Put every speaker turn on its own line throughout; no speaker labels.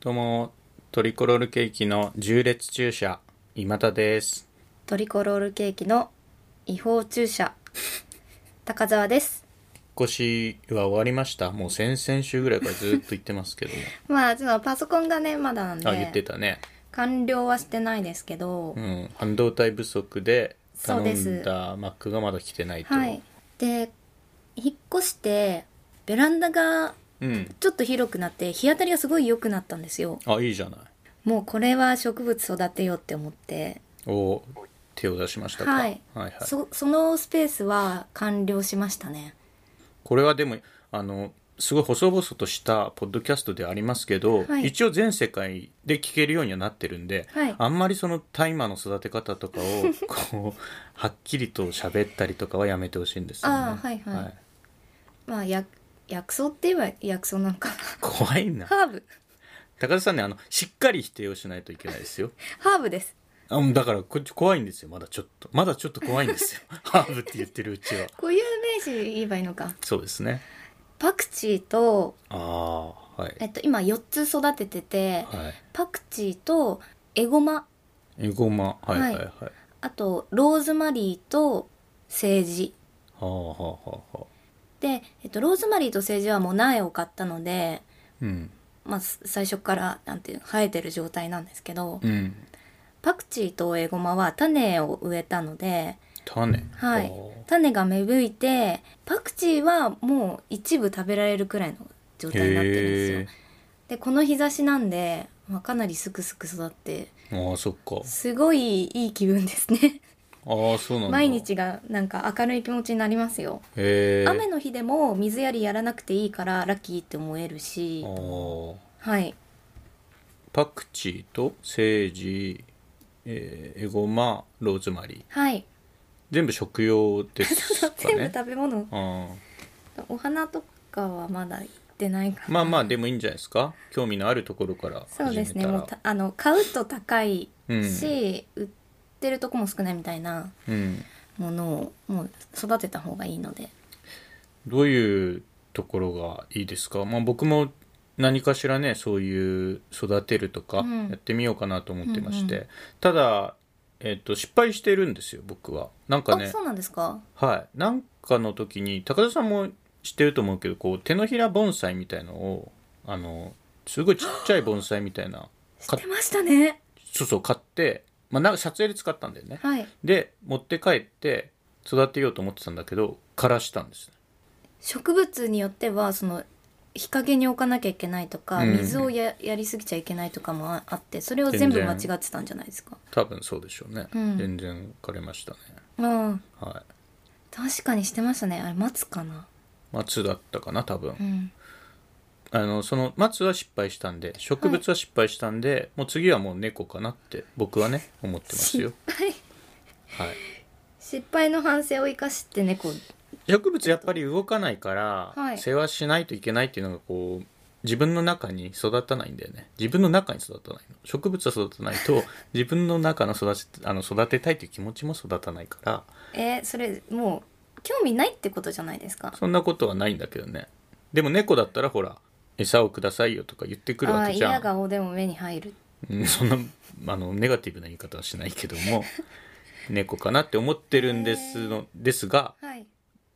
どうも、トリコロールケーキの重列注射、今田です。
トリコロールケーキの違法 注射高澤です
引っ越しは終わりました。もう先々週ぐらいからずっと言ってます けども。
まあちょっとパソコンがねまだなん
あ、言って
で
たね。
完了はしてないですけど、
うん。半導体不足で
そ
頼
うです
んだ Mac がまだ来てないと。
はいで引っ越してベランダが
うん。
ちょっと広くなって日当たりがすごい良くなったんですよ
あ、いいじゃない。
もうこれは植物育てようって思って
お手を出しましたか。
はい
はい、はい。
そそのスペースは完了しましたね
これはでもあのすごい細々としたポッドキャストではありますけど、
はい
一応全世界で聞けるようにはなってるんで、
はい
あんまりそのタイマーの育て方とかを こうはっきりと喋ったりとかはやめてほしいんですよね。
あーはいはいまあや薬草って言えば薬草なんかな
怖いな
ハーブ
高田さんねあのしっかり否定をしないといけないですよ
ハーブです
あもうだからこっち怖いんですよまだちょっとまだちょっと怖いん ですよハーブって言ってるうちは
固有名詞言えばいいのか
そうですね
パクチーと
ああはい
えっと、今4つ育ててて
はい
パクチーとエゴマ
えごまはいはいはい、
はい
は
あとローズマリーとセージ
あはあはあはあ
で、えっと、ローズマリーとセージはもう苗を買ったので、
うん
まあ、す最初からなんていうの生えてる状態なんですけど
うん
パクチーとエゴマは種を植えたので、
種
はい
おー、
種が芽吹いてパクチーはもう一部食べられるくらいの状態になってるんですよ
へ。
でこの日差しなんで、まあ、かなりすくすく育って
ーああそっか
すごいいい気分ですね
ああそうなんだ
毎日がなんか明るい気持ちになりますよ、
へえ
雨の日でも水やりやらなくていいからラッキーって思えるし
の
はい
パクチーとセージ、えーエゴマローズマリー
はい、
全部食用ですか
全部
ね
食べ物
あ
お花とかはまだ行ってないか
ー
ら
まあまあでもいいんじゃないですか興味のあるところから
そう
始
で
め
すね
た
もう
ら
たあの買うと高い
うん
し、売ってるとこも少ないみたいな
うん
ものをもう育てた方がいいので
どういうところがいいですか、まあ、僕も何かしらねそういう育てるとか
うん
やってみようかなと思ってまして、
うん
ただ、えっと失敗してるんですよ僕はなんか
あ
ね
そうなんですか
はいなんかの時に高田さんも知ってると思うけどこう手のひら盆栽みたいのをあのすごいちっちゃい盆栽みたいな
し
か
てましたね
そうそう買って、まあ、なんか撮影で使ったんだよね
はい
で持って帰って育てようと思ってたんだけど枯らしたんです
植物によってはその日陰に置かなきゃいけないとか、
うん
水をややりすぎちゃいけないとかもああってそれを全部
全
間
然
違ってたんじゃないですか
多分そうでしょうね、
うん
全然枯れましたね
うん
は
確かにしてましたねあれ松かな、
い松だったかな多分、
うん、
あのその松は失敗したんで植物は失敗したんで、もう次はもう猫かなって僕はね思ってますよ
失敗
はい
失敗の反省を生かして猫
植物やっぱり動かないから、
はい
世話しないといけないっていうのがこう自分の中に育たないんだよね自分の中に育たないの植物は育たないと自分の中の育ちあの育てたいという気持ちも育たないから
えーそれもう興味ないってことじゃないですか
そんなことはないんだけどねでも猫だったらほら餌をくださいよとか言ってくる
あ
わ
あ
け
ー
じゃ
嫌
ん、
顔でも目に入る
うん、そんなあのネガティブな言い方はしないけど も猫かなって思ってるんですのですが
はい、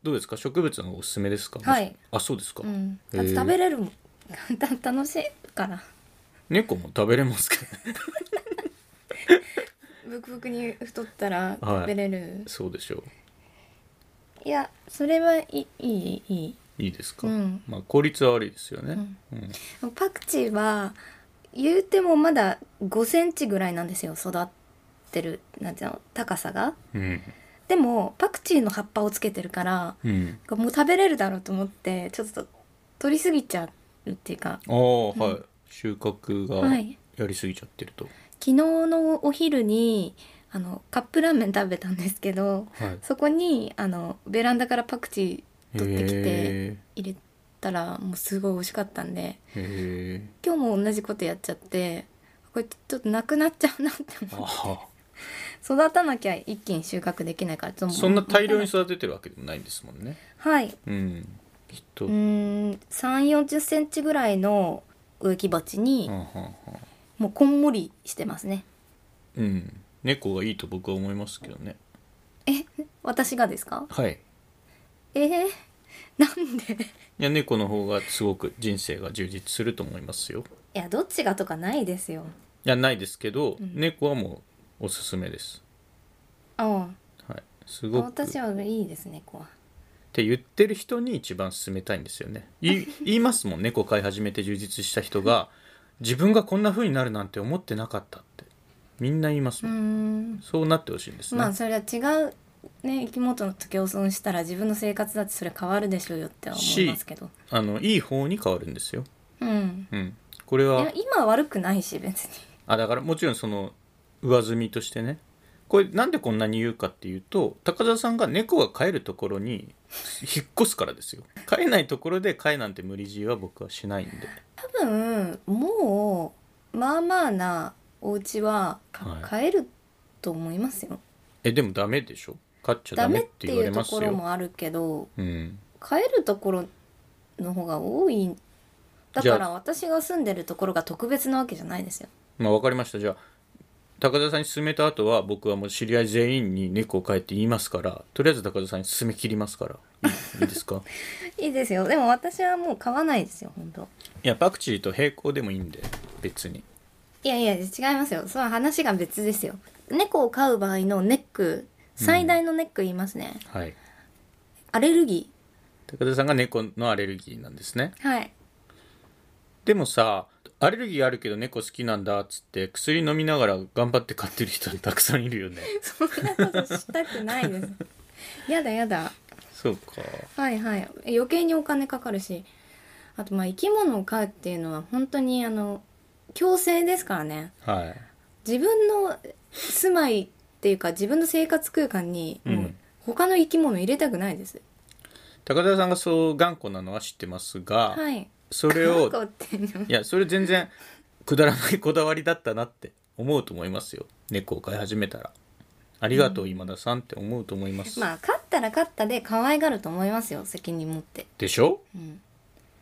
どうですか植物の方がおすすめですか、
はい
あそうですか、
うん、だっ
へ
て
ー
食べれるもん た楽しいから
猫も食べれますけど
ブクブクに太ったら
はい
食べれる、
そうでしょう。
い、やそれはいいいいいい
いいですか。
うん
まあ効率は悪いですよね。うん
パクチーは言うてもまだ5センチぐらいなんですよ育ってるなんていうの高さが
うん。
でもパクチーの葉っぱをつけてるから
うん。
もう食べれるだろうと思ってちょっと取りすぎちゃうっていうか
ああ、はい。収穫
は
が
い
やりすぎちゃってると。
昨日のお昼にあのカップラーメン食べたんですけど
はい。
そこにあのベランダからパクチー取ってきて
へ
入れたらもうすごい美味しかったんで
え。へえ。
今日も同じことやっちゃってこれちょっとなくなっちゃうなって思って
あ
育たなきゃ一気に収穫できないからちょっ
あ。
と
そんな大量に育ててるわけでもないんですもんね。
はい
うん。きっと。
うーん3 4 0センチぐらいの植木鉢に、
うんうん
もうこんもりしてますね
うんうん猫がいいと僕は思いますけどね
え私がですか
はい
えー、なんで
いや猫の方がすごく人生が充実すると思いますよ
いやどっちがとかないですよ
いやないですけど、
うん
猫はもうおすすめです
ああ
はいすごく
私はいいですねこは
って言ってる人に一番勧めたいんですよねい 言いますもん猫飼い始めて充実した人が自分がこんな風になるなんて思ってなかったってみんな言います
うー
もん、
ん
そうなってほしいんですね、
まあそれは違うね生き物と共存したら自分の生活だってそれ変わるでしょうよっては思いますけど
あのいい方に変わるんですよ
うん
うんこれ
い
は
や今は悪くないし別に
あだからもちろんその上積みとしてねこれなんでこんなに言うかっていうと高田さんが猫が飼えるところに引っ越すからですよ飼えないところで飼えなんて無理強いは僕はしないんで
多分もうまあまあなお家はか
はい
買えると思いますよ、
えでもダメでしょ飼っちゃ
ダ
ダメ
メ
っ
ってて
言わ
い
れ
うと
ます
ころ
よ
もあるけど
うん
買えるところの方が多いだ
じ
か
ゃあ
ら私が住んでるところが特別なわけじゃないですよ
まあ、わかりました。じゃあ、高田さんに勧めた後は、僕はもう知り合い全員に猫を飼えって言いますから、とりあえず高田さんに勧め切りますから。いいいいですか
いいですよでも私はもう買わないですよ本当
いや、パクチーと並行でもいいんで、別に。
いやいや違いますよそれは話が別ですよ猫を飼う場合のネック最大のネック言いますね、
はい。
アレルギ
高田さんが猫のアレルギーなんですね。
ーはい
でもさ、アレルギーあるけど猫好きなんだっつって、薬飲みながら頑張って飼ってる人たくさんいるよね。
そんなことしたくないです やだやだ
そうか。
はいはい余計にお金かかるしあとまあ生き物を飼うっていうのは本当にあの強制ですからね
はい。
自分の住まいっていうか自分の生活空間に
うん
もう他の生き物入れたくないです、
高田さんがそう頑固なのは知ってますが、
はい
それを
飼う子っていうのはい
やそれ全然くだらないこだわりだったなって思うと思いますよ猫を飼い始めたらありがとう今田さんって思うと思います、
まあ飼ったら飼ったで可愛がると思いますよ責任持って、
でしょ
うん、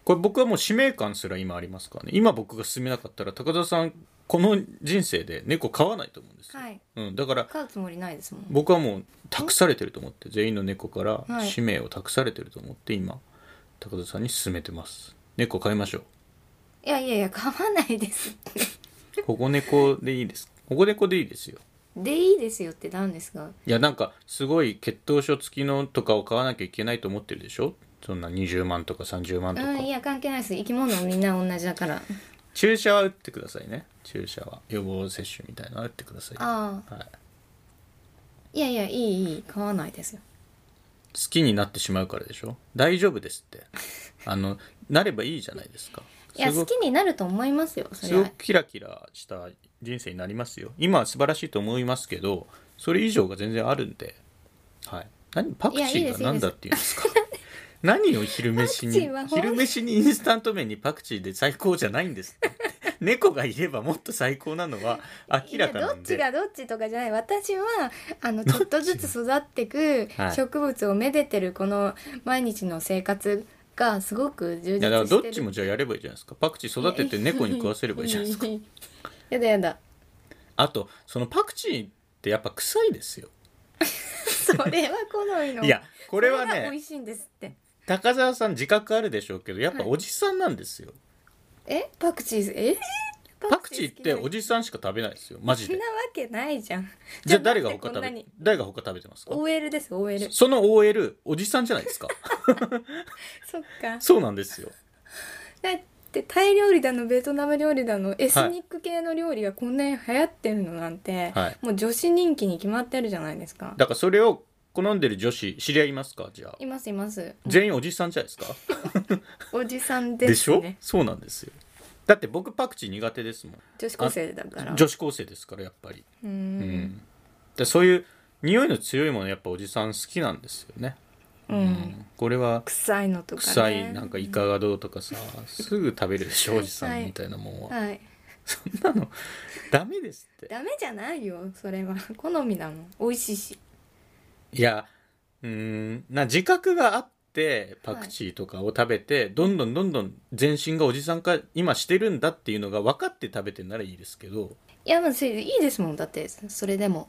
これ僕はもう使命感すら今ありますからね今僕が進めなかったら高田さんこの人生で猫飼わないと思うんですよ、
はい
うん、だから
飼うつもりないですもん
僕はもう託されてると思って全員の猫から
はい
使命を託されてると思って今高田さんに勧めてます猫飼いましょ
いやいやいや飼わないですって
う保護猫でいいです保護猫でいいですよ
でいいですよってなんですが
いやなんかすごい血統書付きのとかを買わなきゃいけないと思ってるでしょそんな20万とか30万とか、
うんいや関係ないです生き物みんな同じだから
注射は打ってくださいね注射は予防接種みたいなのは打ってください、は
ああ
い、好
いやいやいいいい飼わないですよ
きになってしまうからでしょ大丈夫ですってあのなればいいじゃないですか
いや
す
好
ごく
きになると思いますよそ
す
れ
ご
は
くキラキラした人生になりますよ今は素晴らしいと思いますけどそれ以上が全然あるんで、はい、何パクチ
いやいい
ー
で
が
す
何だっていうんですか何を昼飯
パク
に
チーはほん
昼飯にインスタント麺にパクチーで最高じゃないんですって猫がいればもっと最高なのはい明
や
らかな
どっ
ん
ち
で
がどっちとかじゃない私はあのちょっとずつ育ってく
はい
植物をめでてるこの毎日の生活がすごく充実してる
いやだからどっちもじゃあやればいいじゃないですかパクチー育てて猫に食わせればいいじゃないですか
やだやだ
あとそのパクチーってやっぱ臭いですよ
それは好みの
いやこれは
そが美
ね
味しいんですって
高澤さん自覚あるでしょうけどやっぱ
はい
おじさんなんですよ、
えパクチーえ
パクチーってお
じ
じさんしか食べないですよマジ
そん
で
なわけないじゃん
じゃあ誰が
なんで
他
こ
食
んな
べ
に
誰が他食べてますか
OL です OL
その OL おじさんじゃないですか
そっか
そうなんですよ
だってタイ料理だのベトナム料理だのエスニック系の料理がこんなに流行ってるのなんて、
はい
もう女子人気に決まってるじゃないですか
だからそれを好んでる女子知り合いいますかじゃあ
いますいます
全員おじさんじゃないですか
おじさん
で,、
です、
しょ
ね、
そうなんですよだって僕パクチー苦手ですもん
女子高生だから
女子高生ですからやっぱり
うーん
うんでそういう匂いの強いものやっぱおじさん好きなんですよね
うん
これは
臭いのとか、ね、
臭いなんかイカがどうとかさすぐ食べるでしょおじさ
は
ん
い
みたいなもんは
はい
そんなのダメですって
ダメじゃないよそれは好みなの美味しいし
いやうーんな自覚があっってパクチーとかを食べて、どんどんどんどん全身がおじさん化今してるんだっていうのが分かって食べてんならいいですけど
いやまあそれいいですもんだってそれでも、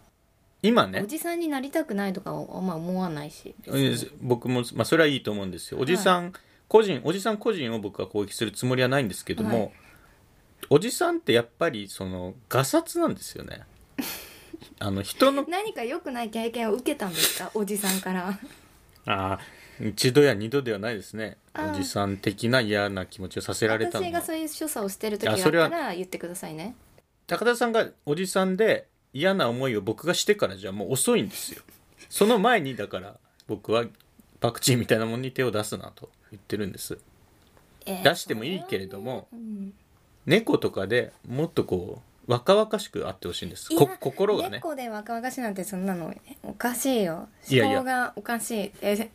今ね
おじさんになりたくないとかはあんま思わないし別
え
に
ー僕も、まあ、それはいいと思うんですよおじさん、個人おじさん個人を僕は攻撃するつもりはないんですけども、
はい
おじさんってやっぱりそのがさつなんですよ ねあの人の
何か良くない経験を受けたんですかお じさんから
あー一度や二度ではないですね
あー
おじさん的な嫌な気持ちをさせられたの
私が
は
そういう所作をしてる時
あ
があ
それは
ったら言ってくださいね
高田さんがおじさんで嫌な思いを僕がしてからじゃもう遅いんですよその前にだから僕はパクチーみたいなものに手を出すなと言ってるんです
えー
出してもいいけれども、
うん
猫とかでもっとこう若々しくあってほしいんです
いや
こ心がね
猫で若々しいなんてそんなのおかしいよ
いやい
思
や
考がおかしいえ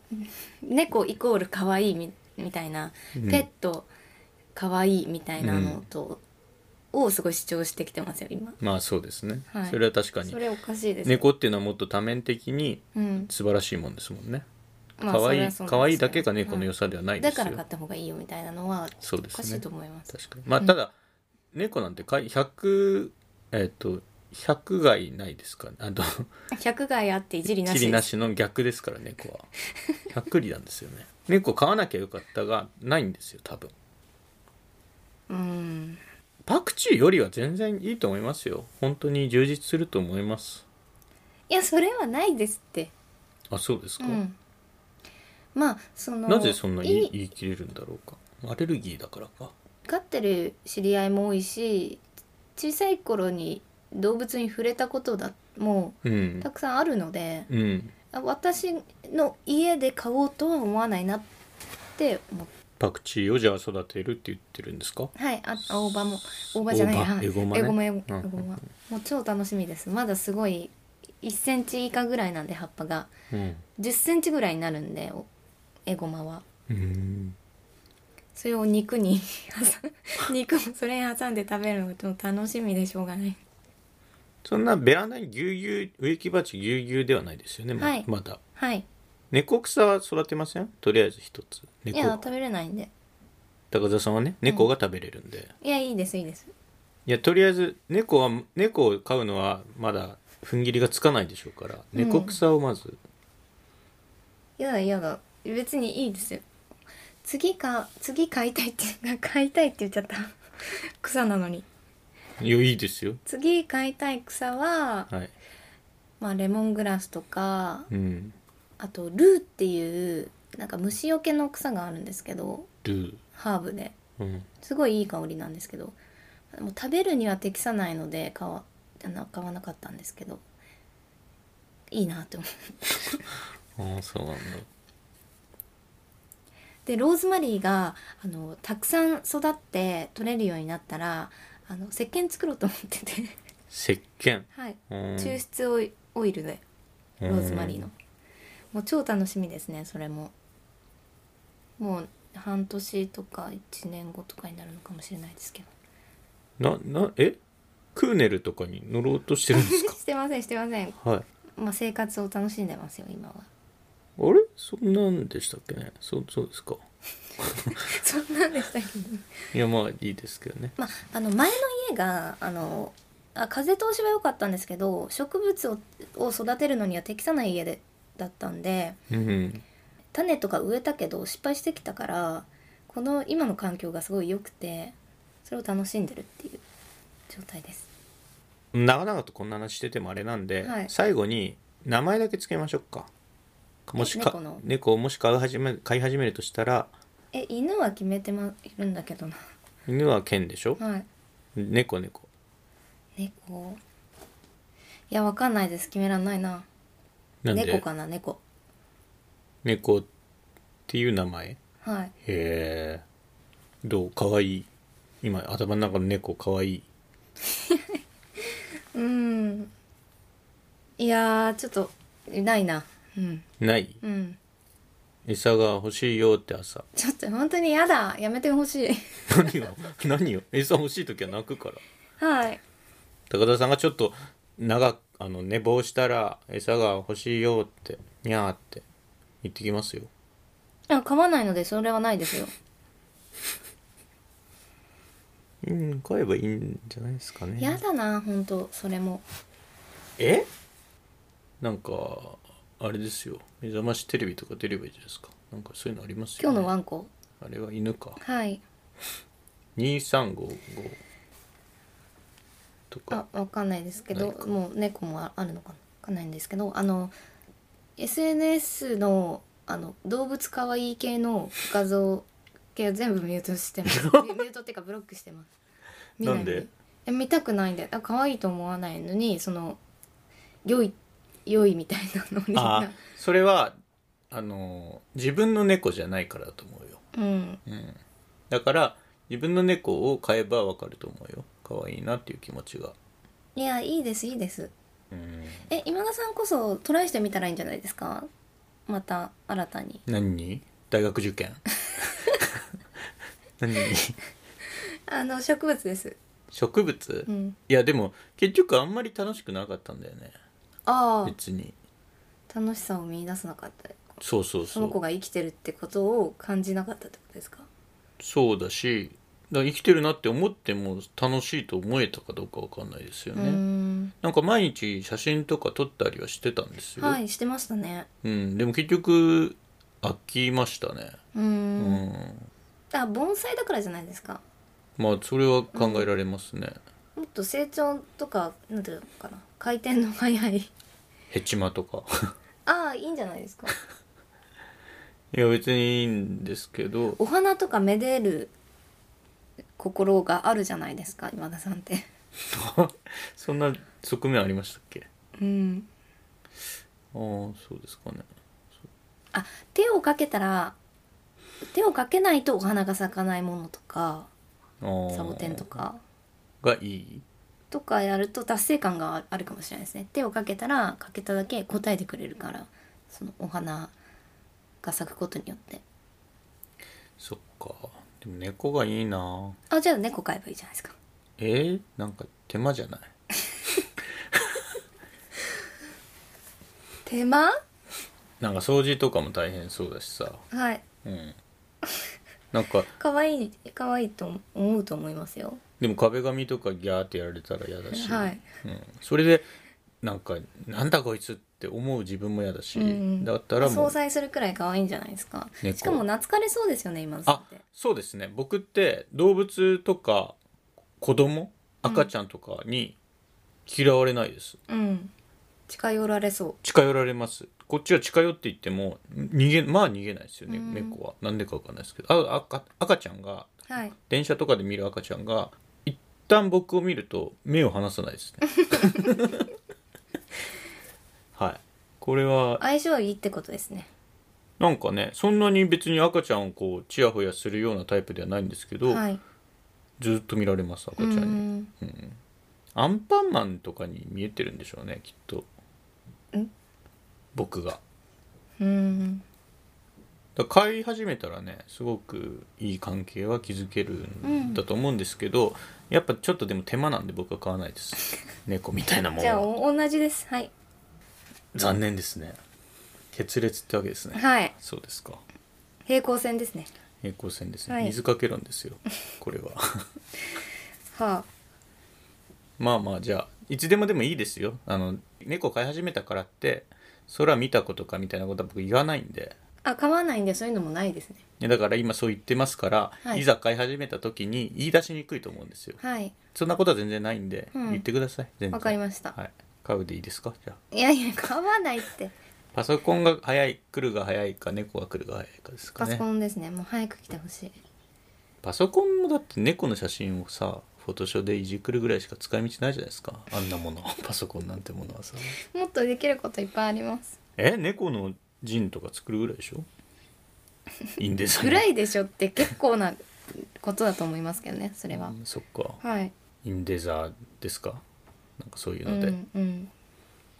猫イコール可愛いみみたいな、
うん
ペット可愛いみたいなのと、をすごい主張してきてますよ今
まあそうですね、
はい
それは確かに
それおかしいですよ
猫っていうのはもっと多面的に
うん
素晴らしいもんですもんね
まあ
可愛、い
それはそうなんですけど
可愛いだけが猫の良
は
さではない
い
で
だ
すよ、
から買った方がいいよみたいなのは
そうで
おか
す
しい
ね
と思います
確かにまあただ、猫なんてかい100えっ、と100害ないですかねあと
100害あっていじりな
地
し
理
で
な
す
しの逆ですから猫は100里なんですよね猫飼わなきゃよかったがないんですよ多分
うん
パクチーよりは全然いいと思いますよ本当に充実すると思います
いやそれはないですって
あそうですか、
うんまあその
なぜそんな言
い
い言い切れるんだろうかアレルギーだからか
飼ってる知り合いも多いし小さい頃に動物に触れたことだも
う
うんたくさんあるので
うん
あ私の家で飼おうとは思わないなって思っ
パクチーをじゃあ育てるって言ってるんですか
はいあ大葉も大葉じゃない
大
や
葉エゴマね
エゴマエゴ
うん
エゴマもう超楽しみですまだすごい1センチ以下ぐらいなんで葉っぱが
うん
1 0センチぐらいになるんでおエゴマは
うん
それを肉に 挟ん肉もそれに挟んで食べるのがちょっと楽しみでしょうがない
そんなベランダにぎゅうぎゅう植木鉢ぎゅうぎゅうではないですよね、ま
はい
まだ
はい
猫草は育てませんとりあえず一つ
いや
猫
食べれないんで
高田さんはね猫が食べれるんで、
いやいいですいいです
いやとりあえず猫は猫を飼うのはまだ踏ん切りがつかないでしょうから猫草をまず、
やだやだ別にいいですよ次か次買いたいって 買いたいって言っちゃった草なのに
いやいいですよ
次買いたい草は、
はい
まあ、レモングラスとか
うん
あとルーっていうなんか虫除けの草があるんですけど
ルー
ハーブで
うん
すごいいい香りなんですけどもう食べるには適さないので買わ買わなかったんですけどいいなって思う
ああそうなんだ
でローズマリーがあのたくさん育って取れるようになったらあの石鹸作ろうと思って て
石鹸
はい
うん
抽出オイオイルでローズマリーの
うん
もう超楽しみですねそれももう半年とか1年後とかになるのかもしれないですけど
ななえクーネルとかに乗ろうとしてるんです
してませんしてません、
かはい
まあ、生活を楽しんでますよ今は
あれそんなんでしたっけねそうそうですか
そんなんでしたけど
いやまあいいですけどね
まあ、あの前の家があのあ風通しは良かったんですけど植物をを育てるのには適さない家でだったんで
うん
種とか植えたけど失敗してきたからこの今の環境がすごい良くてそれを楽しんでるっていう状態です
長々とこんな話しててもあれなんで、
はい
最後に名前だけつけましょうかもしか
猫の
猫をもし飼い始め飼い始めるとしたら
え犬は決めてまいるんだけどな
犬は犬でしょ
はい
猫猫
猫いやわかんないです決めらんないな
なんで
猫かな猫
猫っていう名前へ
はい
えどうかわいい今頭の中の猫かわいい
うんいやーちょっとないなうん
ない
うん
餌が欲しいよって朝
ちょっと本当にやだやめてほしい
何を何を餌欲しい時は泣くから
はい
高田さんがちょっと長くあの寝坊したら餌が欲しいよってにゃーって言ってきますよ
や噛まないのでそれはないですよ
うん買えばいいんじゃないですかね
やだなほんとそれも
えなんかあれですよ目覚ましテレビとか出ればいいじゃないですかなんかそういうのありますよ、
今
ね、
日のワンコ
あれは犬か
はい
2355と
あ
か
わかんないですけど
ないか
もう猫もああるのかなわかんないんですけどあの SNS のあの動物かわいい系の画像系を全部ミュートしてます ミュミュートっていうかブロックしてます見い
なんで
え見たくないんであ可愛いと思わないのにその良い良いみたいなのをみん
あ
な
それはあの自分の猫じゃないからだと思うよ、
うん
うん、だから自分の猫を飼えばわかると思うよ可愛いなっていう気持ちが
いやいいですいいです
うん
え今田さんこそトライしてみたらいいんじゃないですかまた新たに
何に大学受験何に
あの植物です
植物、
う
い
ん
やでも結局あんまり楽しくなかったんだよね
ああ
別に
楽しさを見出せなかった
そうそう
そ
そ
の子
う
が生きてるってことを感じなかったってことですか
そうだしだから生きてるなって思っても楽しいと思えたかどうかわかんないですよ
う
ね、
ーん
なんか毎日写真とか撮ったりはしてたんですよ、
はいしてましたね
うん、でも結局飽きましたね
うー
うんん、
あ盆栽だからじゃないですか
まあそれは考えられますね、
もっと成長とかなんていうのかな回転の速い
ヘチマとか
ああいいんじゃないですか
いや別にいいんですけど
お花とかめでる心があるじゃないですか今田さんって
そんな側面ありましたっけ
うん
ああそうですかね
あ手をかけたら手をかけないとお花が咲かないものとか
あー
サボテンとか
がいい
とかやると達成感があるかもしれないですね手をかけたらかけただけ答えてくれるからそのお花が咲くことによって
そっかでも猫がいいな
あじゃあ猫飼えばいいじゃないですか
えー、なんか手間じゃない
手間
なんか掃除とかも大変そうだしさ
はい
うんなんか
可愛い可愛いと思うと思いますよ
でも壁紙とかギャーってやられたら嫌だし、
はい
うん、それでなんかなんだこいつって思う自分も嫌だし、
うん
だったらも
相
う
殺するくらい可愛いんじゃないですか
猫
しかも懐かれそうですよね今のさんって
そうですね僕って動物とか子供赤ちゃんとかに嫌われないです、
うん近寄られそ
近寄られますこっちは近寄って言っても逃げまあ逃げないですよね、
うん
猫はなんでかわかんないですけどあ赤赤ちゃんが
うはい
電車とかで見る赤ちゃんが一旦僕を見ると目を離さないです ねはいこれは
相性いいってことですね
なんかねそんなに別に赤ちゃんをこうチヤホヤするようなタイプではないんですけど、
はい
ずっと見られます赤ちゃんに、
うん
アンパンマンとかに見えてるんでしょうねきっと
ん
僕が
うん
だから飼い始めたらねすごくいい関係は築けるんだと思うんですけど、やっぱちょっとでも手間なんで僕は飼わないです 猫みたいなも
じゃあ
のは
お同じですはい
残念ですね決裂ってわけですね
はい
そうですか
平行線ですね
平行線ですね、
はい
水かけるんですよこれは
は
まあまあじゃあいつでもでもいいですよあの猫飼い始めたからって空見たことかみたいなことは僕言わないんで
ああ買わないんでそういうのもないですね
いやだから今そう言ってますから、
はい
い、ざ買い始めた時に言い出しにくいと思うんですよ
はい
そんなことは全然ないんで、
うん
言ってください全然
わかりました、
はい、買うでいいですかじゃあ
い、や いや買わないって
パソコンが早い来るが早いか猫が来るが早いかですか
パソ
ね
コンですねもう早く来てほしい
パソコンもだって猫の写真をさフォトショーでいじくるぐらいしか使い道ないじゃないですかあんなも のパソコンなんてものはさ
もっとできることいっぱいあります
え猫のジンとか作るぐらいで しょいいんです
ぐらいでしょって結構なことだと思いますけどねそれは、
そっか
はい
インデザーですかなんかそういう
う
ので、
んうん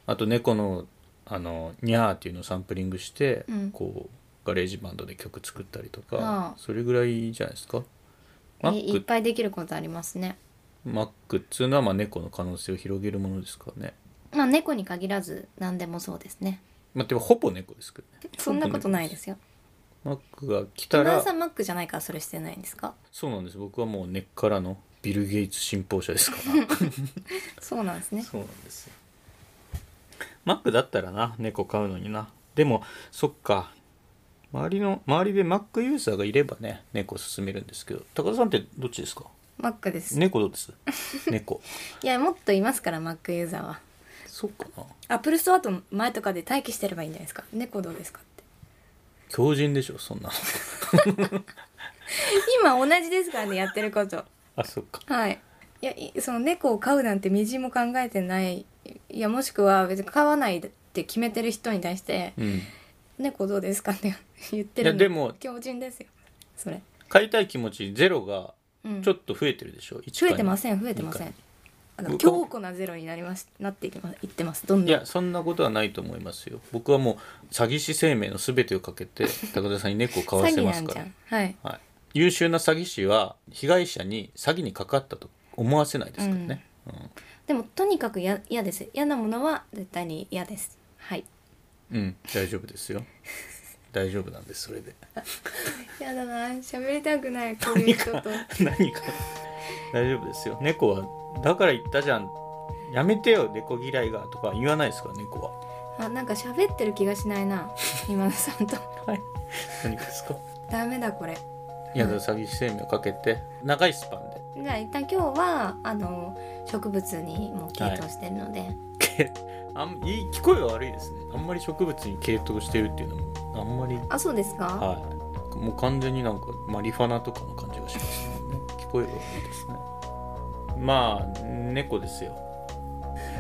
あと猫のあのニャーっていうのをサンプリングして、
うん
こうガレージバンドで曲作ったりとか、
ああ
それぐらいじゃないですか
いいっ
Mac,
ぱいできることありますね
Mac っつうのはまあ猫の可能性を広げるものですからね
まあ猫に限らず何でもそうですね
まあでもほぼ猫ですけどね
そんなことないですよ
マックが来た
今田
ら
さんマックじゃないからそれしてないんですか
そうなんです僕はもう根っからのビル・ゲイツ信奉者ですから
そうなんですね
そうなんですよマックだったらな猫飼うのになでもそっか周りの周りでマックユーザーがいればね猫を勧めるんですけど高田さんってどっちですか
マックです、
猫どうです 猫
いやもっといますからマックユーザーは
そっかな
アップルストアと前とかで待機してればいいんじゃないですか猫どうですかって
強靭でしょそん なの
今同じですからねやってること
あそっか
はいいやいその猫を飼うなんてみじんも考えてないいやもしくは別に飼わないって決めてる人に対して
うん
「猫どうですか?」って 言ってる
いやでも
強靭ですよそれ、
飼いたい気持ちゼロが
うん、
ちょっと増えてるでしょ、一
増えてま
ん
せん増えてませんあの
僕
強固なゼロになりますなっていきますいってますどんどん
いやそんなことはないと思いますよ僕はもう詐欺師生命の全てをかけて高田さんに猫を飼わ
詐
せ
欺
ま
な
す
ん
か
じゃ
ら
んはい
はい、優秀な詐欺師は被害者に詐欺にかかったと思わせないですからね、うん
でもとにかくや嫌です嫌なものは絶対に嫌です はい
うん大丈夫です よ大丈夫なんですそれで
嫌だな喋りたくないこういう人と
何か大丈夫ですよ猫はだから言ったじゃんやめてよ猫嫌いがとか言わないですから猫は
あなんか喋ってる気がしないな今田さんと
はい 何かですか
ダメだこれ
いやだから詐欺師生命をかけて長いスパンで
じゃあ一旦今日はあの植物にも傾倒してるので、
けあんいい聞こえが悪いですねあんまり植物に傾倒してるっていうのもあんまり
あそうですか、
はいもう完全になんかマリファナとかの感じがしますね聞こえが悪いですねまあ猫ですよ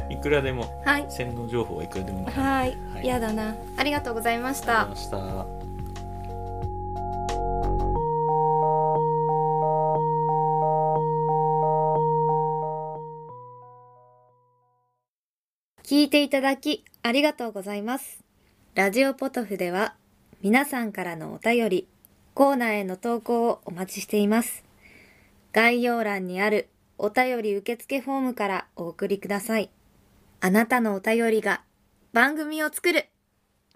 いくらでも
はい
洗脳情報はいくらでもない
はい
はい
嫌だなありがとうございまし
あ
た
りがとうございました
聞いていただきありがとうございます。ラジオポトフでは皆さんからのお便り、コーナーへの投稿をお待ちしています。概要欄にあるお便り受付フォームからお送りください。あなたのお便りが番組を作る